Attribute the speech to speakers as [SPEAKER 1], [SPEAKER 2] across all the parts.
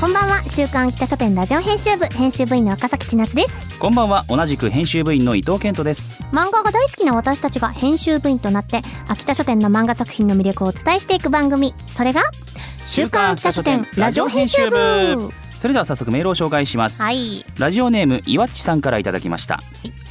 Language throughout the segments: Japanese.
[SPEAKER 1] こんばんは、週刊北書店ラジオ編集部編集部員の赤崎千夏です。
[SPEAKER 2] こんばんは同じく編集部員の伊藤健人です
[SPEAKER 1] 漫画が大好きな私たちが編集部員となって秋田書店の漫画作品の魅力をお伝えしていく番組それが「週刊秋田書店ラジオ編集部」
[SPEAKER 2] それでは早速メールを紹介します、
[SPEAKER 1] はい
[SPEAKER 2] ラジオネームいわっちさんからいただきました、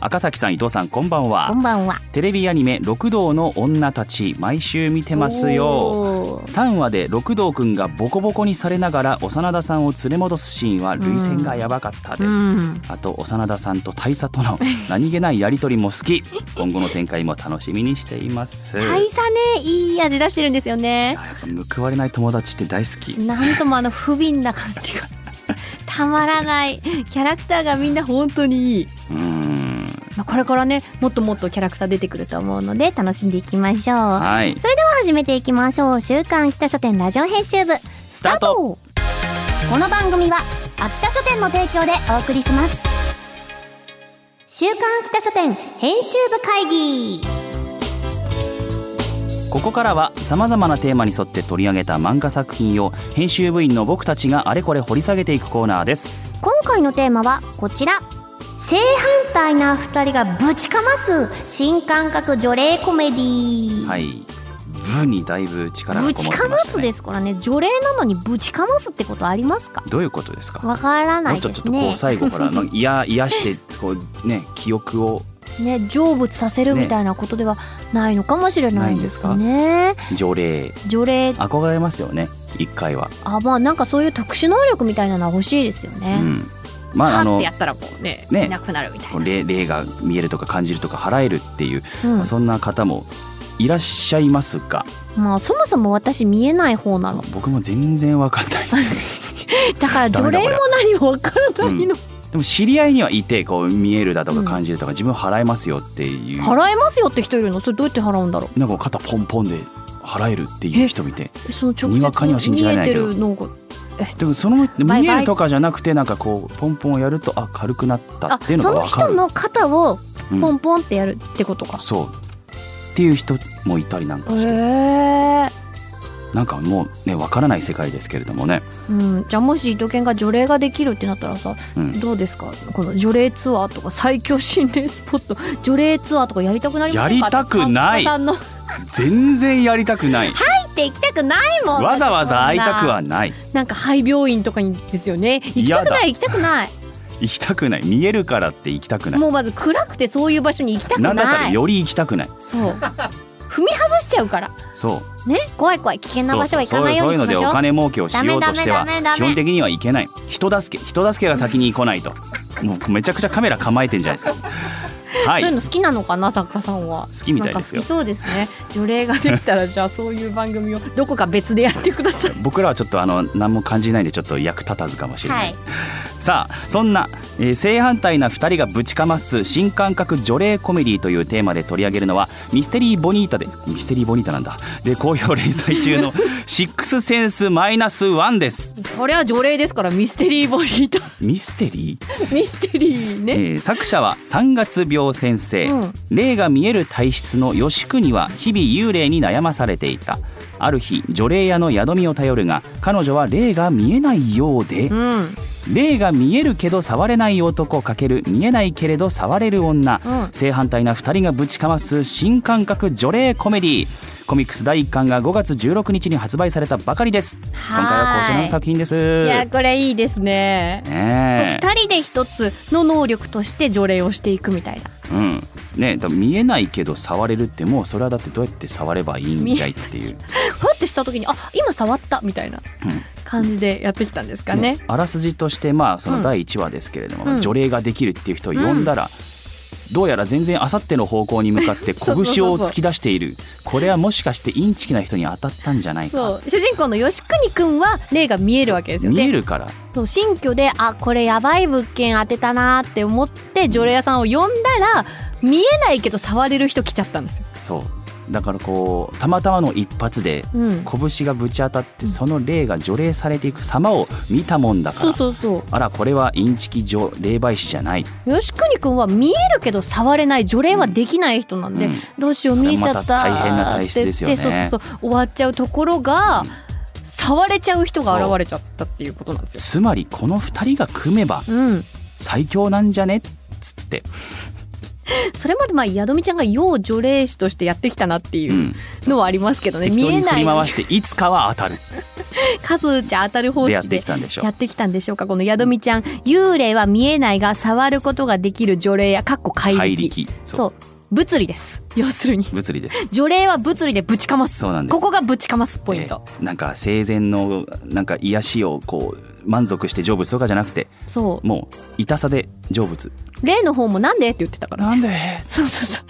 [SPEAKER 2] 赤崎さん伊藤さんこんばんは
[SPEAKER 1] こんばんは
[SPEAKER 2] テレビアニメ六道の女たち毎週見てますよ
[SPEAKER 1] おー
[SPEAKER 2] 3話で六道くんがボコボコにされながら幼田さんを連れ戻すシーンは涙腺がやばかったです、
[SPEAKER 1] うん
[SPEAKER 2] あと幼田さんと大佐 との何気ないやりとりも好き今後の展開も楽しみにしています、
[SPEAKER 1] 大差ねいい味出してるんですよね
[SPEAKER 2] あやっぱ報われない友達って大好き
[SPEAKER 1] なんともあの不憫な感じ がたまらないキャラクターがみんな本当にいい、
[SPEAKER 2] うーん
[SPEAKER 1] まあ、これからねもっともっとキャラクター出てくると思うので楽しんでいきましょう
[SPEAKER 2] はい
[SPEAKER 1] それでは始めていきましょう週刊秋田書店ラジオ編集部
[SPEAKER 2] ス
[SPEAKER 1] スタートこの番組は秋田書店の提供でお送りします週刊秋田書店編集部会議
[SPEAKER 2] ここからはさまざまなテーマに沿って取り上げた漫画作品を編集部員の僕たちがあれこれ掘り下げていくコーナーです
[SPEAKER 1] 今回のテーマはこちら正反対な二人がぶちかます新感覚除霊コメディ
[SPEAKER 2] はい部にだいぶ力がこも
[SPEAKER 1] ぶ
[SPEAKER 2] ってま
[SPEAKER 1] ち
[SPEAKER 2] し
[SPEAKER 1] か
[SPEAKER 2] た、ね、
[SPEAKER 1] ますですからね除霊なのにぶちかますってことありますか
[SPEAKER 2] どういうことですか
[SPEAKER 1] わからな
[SPEAKER 2] もう
[SPEAKER 1] い
[SPEAKER 2] ちょっ
[SPEAKER 1] です
[SPEAKER 2] とこ
[SPEAKER 1] ね
[SPEAKER 2] う最後から のいや癒してこうね記憶を
[SPEAKER 1] ね成仏させるみたいなことではないのかもしれないですね
[SPEAKER 2] 除霊
[SPEAKER 1] 除霊
[SPEAKER 2] 憧れますよね一回は、
[SPEAKER 1] あまあなんかそういう特殊能力みたいなのは欲しいですよ
[SPEAKER 2] う
[SPEAKER 1] ね。
[SPEAKER 2] ん、まああ
[SPEAKER 3] はっ
[SPEAKER 2] の
[SPEAKER 3] てやったらもうね
[SPEAKER 2] ね
[SPEAKER 3] いなくなるみたいな、
[SPEAKER 2] 霊霊が見えるとか感じるとか払えるっていう、
[SPEAKER 1] うん
[SPEAKER 2] まあそんな方もいらっしゃいますが
[SPEAKER 1] まあそもそも私見えない方なの。
[SPEAKER 2] 僕も全然わかんないです
[SPEAKER 1] だから除
[SPEAKER 2] ダメだ
[SPEAKER 1] 霊
[SPEAKER 2] これ
[SPEAKER 1] も何もわからないの。
[SPEAKER 2] でも知り合いにはいてこう見えるだと
[SPEAKER 1] う
[SPEAKER 2] か
[SPEAKER 1] ん
[SPEAKER 2] 感じるとか、自分払えますよっていう
[SPEAKER 1] 払えますよって人いるの。それどうやって払うんだろう。
[SPEAKER 2] なんかこう肩ポンポンで払えるっていう人見て
[SPEAKER 1] えその直
[SPEAKER 2] にわかには
[SPEAKER 1] 接
[SPEAKER 2] 信じ
[SPEAKER 1] 見
[SPEAKER 2] られ
[SPEAKER 1] え
[SPEAKER 2] ない
[SPEAKER 1] て
[SPEAKER 2] けど
[SPEAKER 1] るのが
[SPEAKER 2] でもその
[SPEAKER 1] バイ
[SPEAKER 2] 見えるとかじゃなくてなんかこうポンポンをやるとあ軽くなった
[SPEAKER 1] あ
[SPEAKER 2] っていう
[SPEAKER 1] そ
[SPEAKER 2] のが
[SPEAKER 1] の
[SPEAKER 2] 分か
[SPEAKER 1] 人
[SPEAKER 2] る
[SPEAKER 1] の肩を
[SPEAKER 2] うん
[SPEAKER 1] ポンポンってやるってことか。
[SPEAKER 2] そうっていう人もいたりなんか
[SPEAKER 1] へ
[SPEAKER 2] して、
[SPEAKER 1] え
[SPEAKER 2] なんかもうね分からない世界ですけれどもね、
[SPEAKER 1] うん、じゃあもし伊藤健が除霊ができるってなったらさ
[SPEAKER 2] うん、
[SPEAKER 1] どうですかこの除霊ツアーとか最強心霊スポット除霊ツアーとかやりたくなりませんか
[SPEAKER 2] やりたくな
[SPEAKER 1] 作家
[SPEAKER 2] い
[SPEAKER 1] さんの
[SPEAKER 2] 全然やりたく ない
[SPEAKER 1] って行きたくないもん
[SPEAKER 2] わざわざ会いたくはない
[SPEAKER 1] なんか廃病院とかにですよね行きたくない行きたくない
[SPEAKER 2] 行きたくない見えるからって行きたくない
[SPEAKER 1] もうまず暗くてそういう場所に行きたく
[SPEAKER 2] な
[SPEAKER 1] ない
[SPEAKER 2] んだったらより行きたくない
[SPEAKER 1] そう踏み外しちゃうから
[SPEAKER 2] そう
[SPEAKER 1] ね怖い怖い危険な場所は行かないようにしまし
[SPEAKER 2] そうそうそういうのでお
[SPEAKER 1] ょう
[SPEAKER 2] 金儲けをしようとしては
[SPEAKER 1] ダメダメダメダメ
[SPEAKER 2] 基本的にはいけない人助け人助けが先に来ないともうめちゃくちゃカメラ構えてんじゃないですかは
[SPEAKER 1] そういう
[SPEAKER 2] い
[SPEAKER 1] の好きなのかな作家さんは
[SPEAKER 2] 好きみたいですよ
[SPEAKER 1] なんか好きそうですね除霊ができたらじゃあそういう番組をどこか別でやってください
[SPEAKER 2] 僕らはちょっとあの何も感じないんでちょっと役立たずかもしれない、
[SPEAKER 1] はい
[SPEAKER 2] さあそんな、えー正反対な2人がぶちかます新感覚除霊コメディというテーマで取り上げるのはミステリーボニータでミステリーボニータなんだで好評連載中 の「シックスセンスマイナスワンです
[SPEAKER 1] それは除霊ですからミステリーボリーと
[SPEAKER 2] ミステリー
[SPEAKER 1] ミステリーね、
[SPEAKER 2] えー作者は三月病先生、
[SPEAKER 1] うん
[SPEAKER 2] 霊が見える体質の吉国は日々幽霊に悩まされていたある日除霊屋の宿みを頼るが彼女は霊が見えないようで
[SPEAKER 1] うん
[SPEAKER 2] 霊が見えるけど触れない男×見えないけれど触れる女、
[SPEAKER 1] うん
[SPEAKER 2] 正反対な2人がぶちかます新感覚除霊コメディコミックス第1巻が5月16日に発売されたばかりです今
[SPEAKER 1] はーい
[SPEAKER 2] 回はこちらの作品です
[SPEAKER 1] いやこれいいですね
[SPEAKER 2] ねえ
[SPEAKER 1] 二人で一つの能力として除霊をしていくみたいな
[SPEAKER 2] うんね、だから見えないけど触れるってもうそれはだってどうやって触ればいいんじゃいっていう、
[SPEAKER 1] ふわってした時にあ今触ったみたいな感じでやってきたんですかね
[SPEAKER 2] ねあらすじとしてまあそ
[SPEAKER 1] うん
[SPEAKER 2] の第1話ですけれども、
[SPEAKER 1] うん
[SPEAKER 2] 除霊ができるっていう人を呼んだら、どうやら全然あさっての方向に向 かって拳を突き出しているこれはもしかしてインチキな人に当たったんじゃない
[SPEAKER 1] そ
[SPEAKER 2] か
[SPEAKER 1] う主人公の吉国くんは霊が見えるわけですよ
[SPEAKER 2] 見え
[SPEAKER 1] ね
[SPEAKER 2] るから
[SPEAKER 1] そう新居であこれやばい物件当てたなーって思って除霊屋さんを呼んだら見えないけど触れる人来ちゃったんですよ、
[SPEAKER 2] そうだからこうたまたまの一発で
[SPEAKER 1] うん、
[SPEAKER 2] 拳がぶち当たってその霊が除霊されていく様を見たもんだから
[SPEAKER 1] そうそうそ
[SPEAKER 2] あらこれはインチキ除霊媒師じゃない、
[SPEAKER 1] う吉国くんは見えるけど触れない除霊はできない人なんで、
[SPEAKER 2] うん
[SPEAKER 1] どうしよう
[SPEAKER 2] それ
[SPEAKER 1] 見えちゃった
[SPEAKER 2] また大変な体質ですよね
[SPEAKER 1] って言ってそうそうそう終わっちゃうところが、
[SPEAKER 2] うん
[SPEAKER 1] 触れちゃう人が現れちゃったっていうことなんですよ。
[SPEAKER 2] つまりこの2人が組めば
[SPEAKER 1] うん、
[SPEAKER 2] 最強なんじゃねっつって、、
[SPEAKER 1] それまでまあ宿美ちゃんが要除霊師としてやってきたなっていううんのはありますけどね、
[SPEAKER 2] 適
[SPEAKER 1] 見
[SPEAKER 2] 当
[SPEAKER 1] え
[SPEAKER 2] に振
[SPEAKER 1] な
[SPEAKER 2] り
[SPEAKER 1] い
[SPEAKER 2] 回していつかは当たる
[SPEAKER 1] 数じゃ当たる方
[SPEAKER 2] でやっ
[SPEAKER 1] 式
[SPEAKER 2] て
[SPEAKER 1] で
[SPEAKER 2] きたんでしょ
[SPEAKER 1] や
[SPEAKER 2] う
[SPEAKER 1] ってきたんでしょうかこの宿美ちゃん幽霊は見えないが触ることができる除霊やかっこ怪力
[SPEAKER 2] 怪力そう
[SPEAKER 1] そう物理です要するに
[SPEAKER 2] 物理です
[SPEAKER 1] 除霊は物理でぶちかます
[SPEAKER 2] そうなんです
[SPEAKER 1] ここがぶちかますポイント、
[SPEAKER 2] えーなんか生前のなんか癒しをこう満足して成仏とかじゃなくて
[SPEAKER 1] そ
[SPEAKER 2] もう痛さで成仏
[SPEAKER 1] う霊の方もなんでって言ってたから
[SPEAKER 2] なんで
[SPEAKER 1] そうそうそう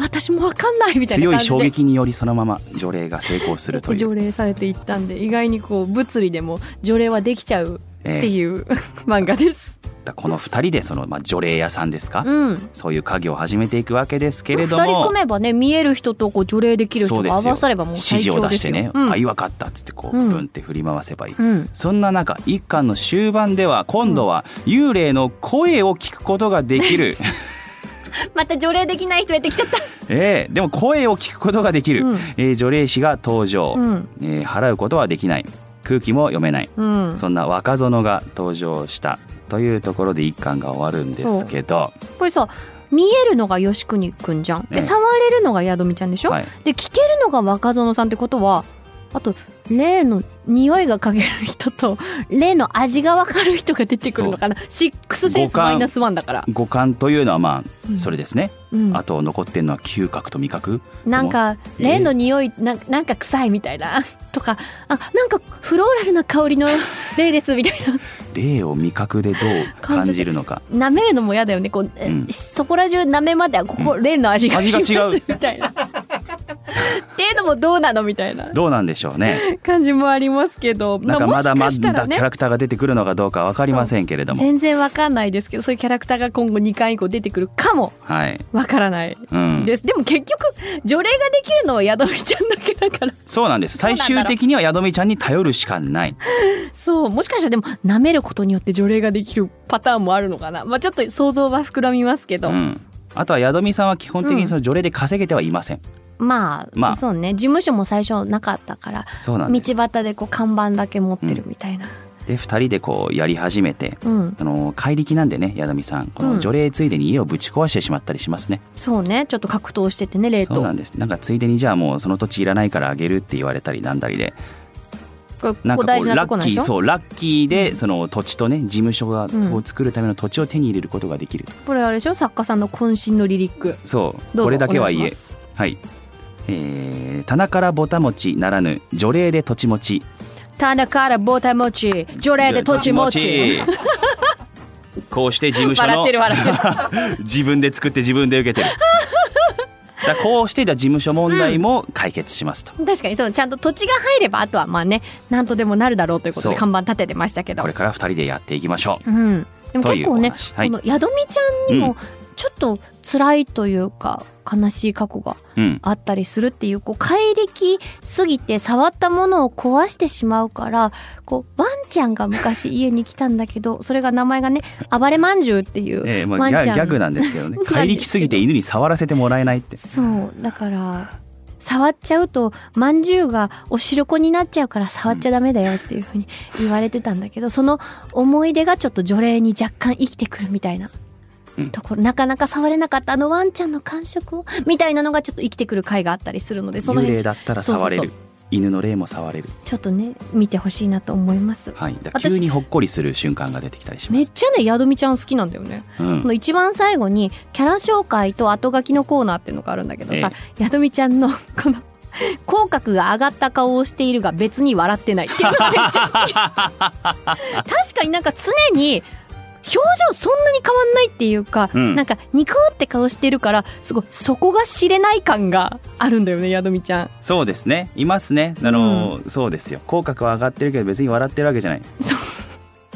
[SPEAKER 1] 私もわかんないみたいな
[SPEAKER 2] 強
[SPEAKER 1] 感
[SPEAKER 2] い
[SPEAKER 1] じで
[SPEAKER 2] 衝撃によりそのまま除霊が成功する とい
[SPEAKER 1] 除
[SPEAKER 2] う、
[SPEAKER 1] 霊されていったんで意外にこう物理でも除霊はできちゃう
[SPEAKER 2] え
[SPEAKER 1] って
[SPEAKER 2] ー
[SPEAKER 1] いう漫画です。
[SPEAKER 2] だこの2人でその、まあ、除霊屋さんですか、
[SPEAKER 1] うん
[SPEAKER 2] そういう家業を始めていくわけですけれど
[SPEAKER 1] まあ二人
[SPEAKER 2] も
[SPEAKER 1] 組めばね見える人とこう除霊できる
[SPEAKER 2] そ
[SPEAKER 1] 人
[SPEAKER 2] うで
[SPEAKER 1] が合
[SPEAKER 2] すよ
[SPEAKER 1] わさればもう
[SPEAKER 2] 指
[SPEAKER 1] 最
[SPEAKER 2] 示を
[SPEAKER 1] 強
[SPEAKER 2] 出
[SPEAKER 1] で
[SPEAKER 2] し
[SPEAKER 1] す
[SPEAKER 2] て
[SPEAKER 1] よ。
[SPEAKER 2] ね「
[SPEAKER 1] うん
[SPEAKER 2] あいわかった」っつってこう
[SPEAKER 1] うん
[SPEAKER 2] ブンって振り回せばいい、
[SPEAKER 1] うん
[SPEAKER 2] そんな中一巻の終盤では今度は幽霊の声を聞くことがで きる、
[SPEAKER 1] また除霊できない人やってきちゃった。
[SPEAKER 2] ええでも声を聞くことができる、
[SPEAKER 1] うん
[SPEAKER 2] えー除霊師が登場、
[SPEAKER 1] うん
[SPEAKER 2] えー払うことはできない空気も読めない、
[SPEAKER 1] うん。
[SPEAKER 2] そんな若園が登場したというところで一巻が終わるんですけど、
[SPEAKER 1] これさ見えるのが吉国くんじゃん。
[SPEAKER 2] え
[SPEAKER 1] で
[SPEAKER 2] え
[SPEAKER 1] 触れるのが宿美ちゃんでしょ。
[SPEAKER 2] はい、
[SPEAKER 1] で聞けるのが若園さんってことは。あと霊の匂いが嗅げる人と 霊の味が分かる人が出てくるのかなシックスセンスマイナスワンだから、
[SPEAKER 2] 五感というのはまあそれ
[SPEAKER 1] で、
[SPEAKER 2] ですね、
[SPEAKER 1] うん、
[SPEAKER 2] あと残ってるのは嗅覚と味覚
[SPEAKER 1] なんか
[SPEAKER 2] でも
[SPEAKER 1] 例の匂いななんか臭いみたいな とかあなんかフローラルな香 りの例ですみたい
[SPEAKER 2] 霊を味覚でどう感じるのか
[SPEAKER 1] な舐めるのも嫌だよねこう、え
[SPEAKER 2] うん
[SPEAKER 1] そこら中舐めまではここ例の味が
[SPEAKER 2] 味
[SPEAKER 1] し
[SPEAKER 2] が
[SPEAKER 1] ま
[SPEAKER 2] 違う
[SPEAKER 1] すみたいな っていうのもどうなのみたいな
[SPEAKER 2] どうなんでしょうね
[SPEAKER 1] 感じもありますけど
[SPEAKER 2] なんか
[SPEAKER 1] まあ
[SPEAKER 2] まだま
[SPEAKER 1] もしかしたら
[SPEAKER 2] だキャ
[SPEAKER 1] ね
[SPEAKER 2] ラクターが出てくるのかどうかわかりませんけれども、
[SPEAKER 1] 全然わかんないですけどそういうキャラクターが今後2回以降出てくるかも
[SPEAKER 2] はい、
[SPEAKER 1] わからない
[SPEAKER 2] うん、
[SPEAKER 1] です、でも結局除霊ができるのは宿美ちゃんだけだから
[SPEAKER 2] そうなんです。
[SPEAKER 1] そうなん
[SPEAKER 2] 最
[SPEAKER 1] だろう
[SPEAKER 2] 終的にはヤドミちゃんに頼るしかない。
[SPEAKER 1] そうもしかしたらでも舐めることによって除霊ができるパターンもあるのかなまあちょっと想像は膨らみますけ
[SPEAKER 2] う
[SPEAKER 1] ど、
[SPEAKER 2] ん。あとはヤドミさんは基本的にその除霊で稼げてはいません。
[SPEAKER 1] まあ、
[SPEAKER 2] まあ
[SPEAKER 1] そうね事務所も最初なかったから
[SPEAKER 2] そうなん
[SPEAKER 1] 道
[SPEAKER 2] です。
[SPEAKER 1] 端でこう看板だけ持ってるみたいな、
[SPEAKER 2] で二人でこうやり始めて。
[SPEAKER 1] うん
[SPEAKER 2] あの怪力なんでねヤドミさんこの除霊ついでに家をぶち壊してしまったりしますね、
[SPEAKER 1] そうねちょっと格闘しててね霊
[SPEAKER 2] そう
[SPEAKER 1] と
[SPEAKER 2] なんですなんかついでにじゃあもうその土地いらないからあげるって言われたりなんだりで
[SPEAKER 1] これ
[SPEAKER 2] なん
[SPEAKER 1] ここ
[SPEAKER 2] か
[SPEAKER 1] 大
[SPEAKER 2] こう
[SPEAKER 1] 事な
[SPEAKER 2] ラ
[SPEAKER 1] とこ
[SPEAKER 2] ッ
[SPEAKER 1] なんで
[SPEAKER 2] キ
[SPEAKER 1] し
[SPEAKER 2] ー
[SPEAKER 1] ょ
[SPEAKER 2] そうラッキーでその土地とね事務所が
[SPEAKER 1] うん
[SPEAKER 2] を作るための土地を手に入れることができる、
[SPEAKER 1] これあれでしょ作家さんの渾身のリリック
[SPEAKER 2] そう
[SPEAKER 1] どうぞ
[SPEAKER 2] これだけは
[SPEAKER 1] お
[SPEAKER 2] 言
[SPEAKER 1] 願
[SPEAKER 2] え
[SPEAKER 1] いします
[SPEAKER 2] はい、えー、棚からぼた餅ならぬ除霊で土地持ち
[SPEAKER 1] 棚からボタン持ち除霊で土地持ち
[SPEAKER 2] こうして事務所
[SPEAKER 1] 笑っ
[SPEAKER 2] の
[SPEAKER 1] てる笑ってる
[SPEAKER 2] 自分で作って自分で受け てるだからこうしてだ事務所問題も解決しますと、
[SPEAKER 1] 確かにそのちゃんと土地が入ればあとはまあねなんとでもなるだろうということで
[SPEAKER 2] そう
[SPEAKER 1] 看板立ててましたけど
[SPEAKER 2] これから二人でやっていきましょう
[SPEAKER 1] うん、でも
[SPEAKER 2] とい
[SPEAKER 1] 結
[SPEAKER 2] うお
[SPEAKER 1] 構ね、
[SPEAKER 2] 話はい
[SPEAKER 1] このやどみちゃんに
[SPEAKER 2] うん
[SPEAKER 1] もちょっと辛いというか悲しい過去が
[SPEAKER 2] うん
[SPEAKER 1] あったりするっていうこう怪力すぎて触ったものを壊してしまうからこうワンちゃんが昔家に来たんだけどそれが名前がね暴れまんじゅうっていう、
[SPEAKER 2] えーま
[SPEAKER 1] ワ
[SPEAKER 2] あ、
[SPEAKER 1] ン
[SPEAKER 2] ギ
[SPEAKER 1] ちゃ
[SPEAKER 2] ャ
[SPEAKER 1] ん
[SPEAKER 2] ギャグなんですけ どね
[SPEAKER 1] ですけど
[SPEAKER 2] 怪力すぎて犬に触らせてもらえないって
[SPEAKER 1] そうだから触っちゃうとまんじゅうがおしるこになっちゃうから触っちゃダメだよっていうふうに言われてたんだけどその思い出がちょっと除霊に若干生きてくるみたいな
[SPEAKER 2] うん
[SPEAKER 1] ところなかなか触れなかったあのワンちゃんの感触をみたいなのがちょっと生きてくる回があったりするのでその
[SPEAKER 2] 幽
[SPEAKER 1] 辺ち
[SPEAKER 2] 霊
[SPEAKER 1] ょ
[SPEAKER 2] だったら触れる
[SPEAKER 1] そうそ
[SPEAKER 2] 犬の霊も触れる
[SPEAKER 1] ちょっとね見てほしいなと思います。
[SPEAKER 2] はいだから急にほっこりする瞬間が出てきたりしま
[SPEAKER 1] めっ
[SPEAKER 2] す、
[SPEAKER 1] ちゃねやどみちゃん好きなんだよね。
[SPEAKER 2] うん
[SPEAKER 1] この一番最後にキャラ紹介と後書きのコーナーっていうのがあるんだけどさ、やどみちゃんの この口角が上がった顔をしているが別に笑ってないっていうのがめっちゃ好き確かになんか常に表情そんなに変わんないっていうか、
[SPEAKER 2] うん
[SPEAKER 1] なんかニコって顔してるからすごいそこが知れない感があるんだよねやどみちゃん
[SPEAKER 2] そうですねいますねあの、そうですよ口角は上がってるけど別に笑ってるわけじゃない
[SPEAKER 1] そう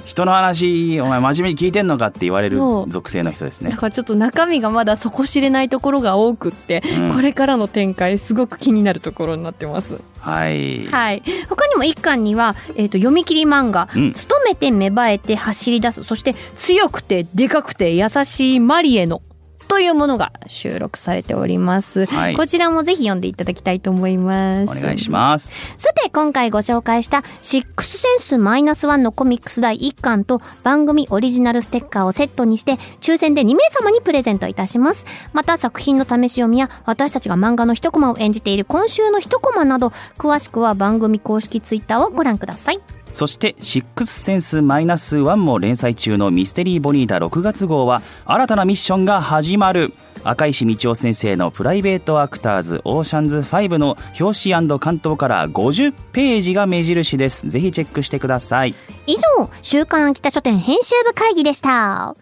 [SPEAKER 2] 人の話お前真面目に聞いてんのかって言われる
[SPEAKER 1] そう
[SPEAKER 2] 属性の人です
[SPEAKER 1] だ
[SPEAKER 2] ね、
[SPEAKER 1] からちょっと中身がまだそこ知れないところが多くって、
[SPEAKER 2] うん
[SPEAKER 1] これからの展開すごく気になるところになってます
[SPEAKER 2] はい、
[SPEAKER 1] はい、他にも一巻には、えー、と読み切り漫画
[SPEAKER 2] うん
[SPEAKER 1] 勤めて芽生えて走り出すそして強くてでかくて優しいマリエの」というものが収録されております、
[SPEAKER 2] はい
[SPEAKER 1] こちらもぜひ読んでいただきたいと思います
[SPEAKER 2] お願いします
[SPEAKER 4] さて今回ご紹介した「シックスセンスマイナスワンのコミックス第1巻と番組オリジナルステッカーをセットにして抽選で2名様にプレゼントいたしますまた作品の試し読みや私たちが漫画の一コマを演じている今週の一コマなど詳しくは番組公式ツイッターをご覧ください
[SPEAKER 2] そして「シックスセンスマイナスワンも連載中の「ミステリーボニータ」6月号は新たなミッションが始まる赤石道夫先生の「プライベートアクターズオーシャンズ5」の表紙関東から50ページが目印ですぜひチェックしてください
[SPEAKER 4] 以上「週刊秋田書店編集部会議」でした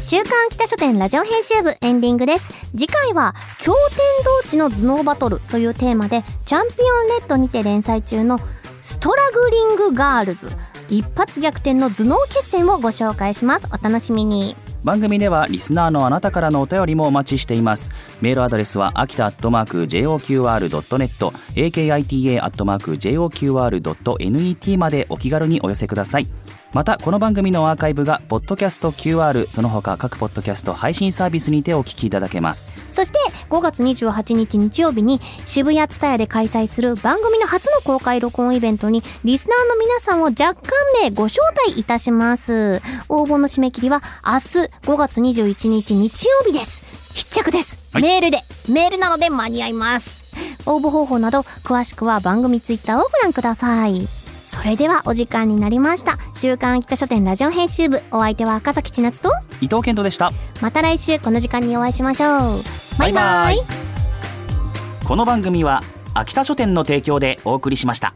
[SPEAKER 4] 週刊秋田書店ラジオ編集部エンディングです次回は「驚天同地の頭脳バトル」というテーマでチャンピオンレッドにて連載中の「ストラグリングガールズ」一発逆転の頭脳決戦をご紹介しますお楽しみに
[SPEAKER 2] 番組ではリスナーのあなたからのお便りもお待ちしていますメールアドレスは秋田アットマーク JOQR.net akita アットマーク JOQR.net までお気軽にお寄せくださいまたこの番組のアーカイブがポッドキャスト QR その他各ポッドキャスト配信サービスにてお聞きいただけます
[SPEAKER 4] そして5月28日日曜日に渋谷ツタヤで開催する番組の初の公開録音イベントにリスナーの皆さんを若干名ご招待いたします。応募の締め切りは明日5月21日日曜日です。必着です。
[SPEAKER 2] はい
[SPEAKER 4] メールで、メールなので間に合います。応募方法など詳しくは番組ツイッターをご覧ください。それではお時間になりました。週刊秋田書店ラジオ編集部お相手は赤崎千夏と
[SPEAKER 2] 伊藤健人でした
[SPEAKER 4] また来週この時間にお会いしましょう。バイバイ
[SPEAKER 2] この番組は秋田書店の提供でお送りしました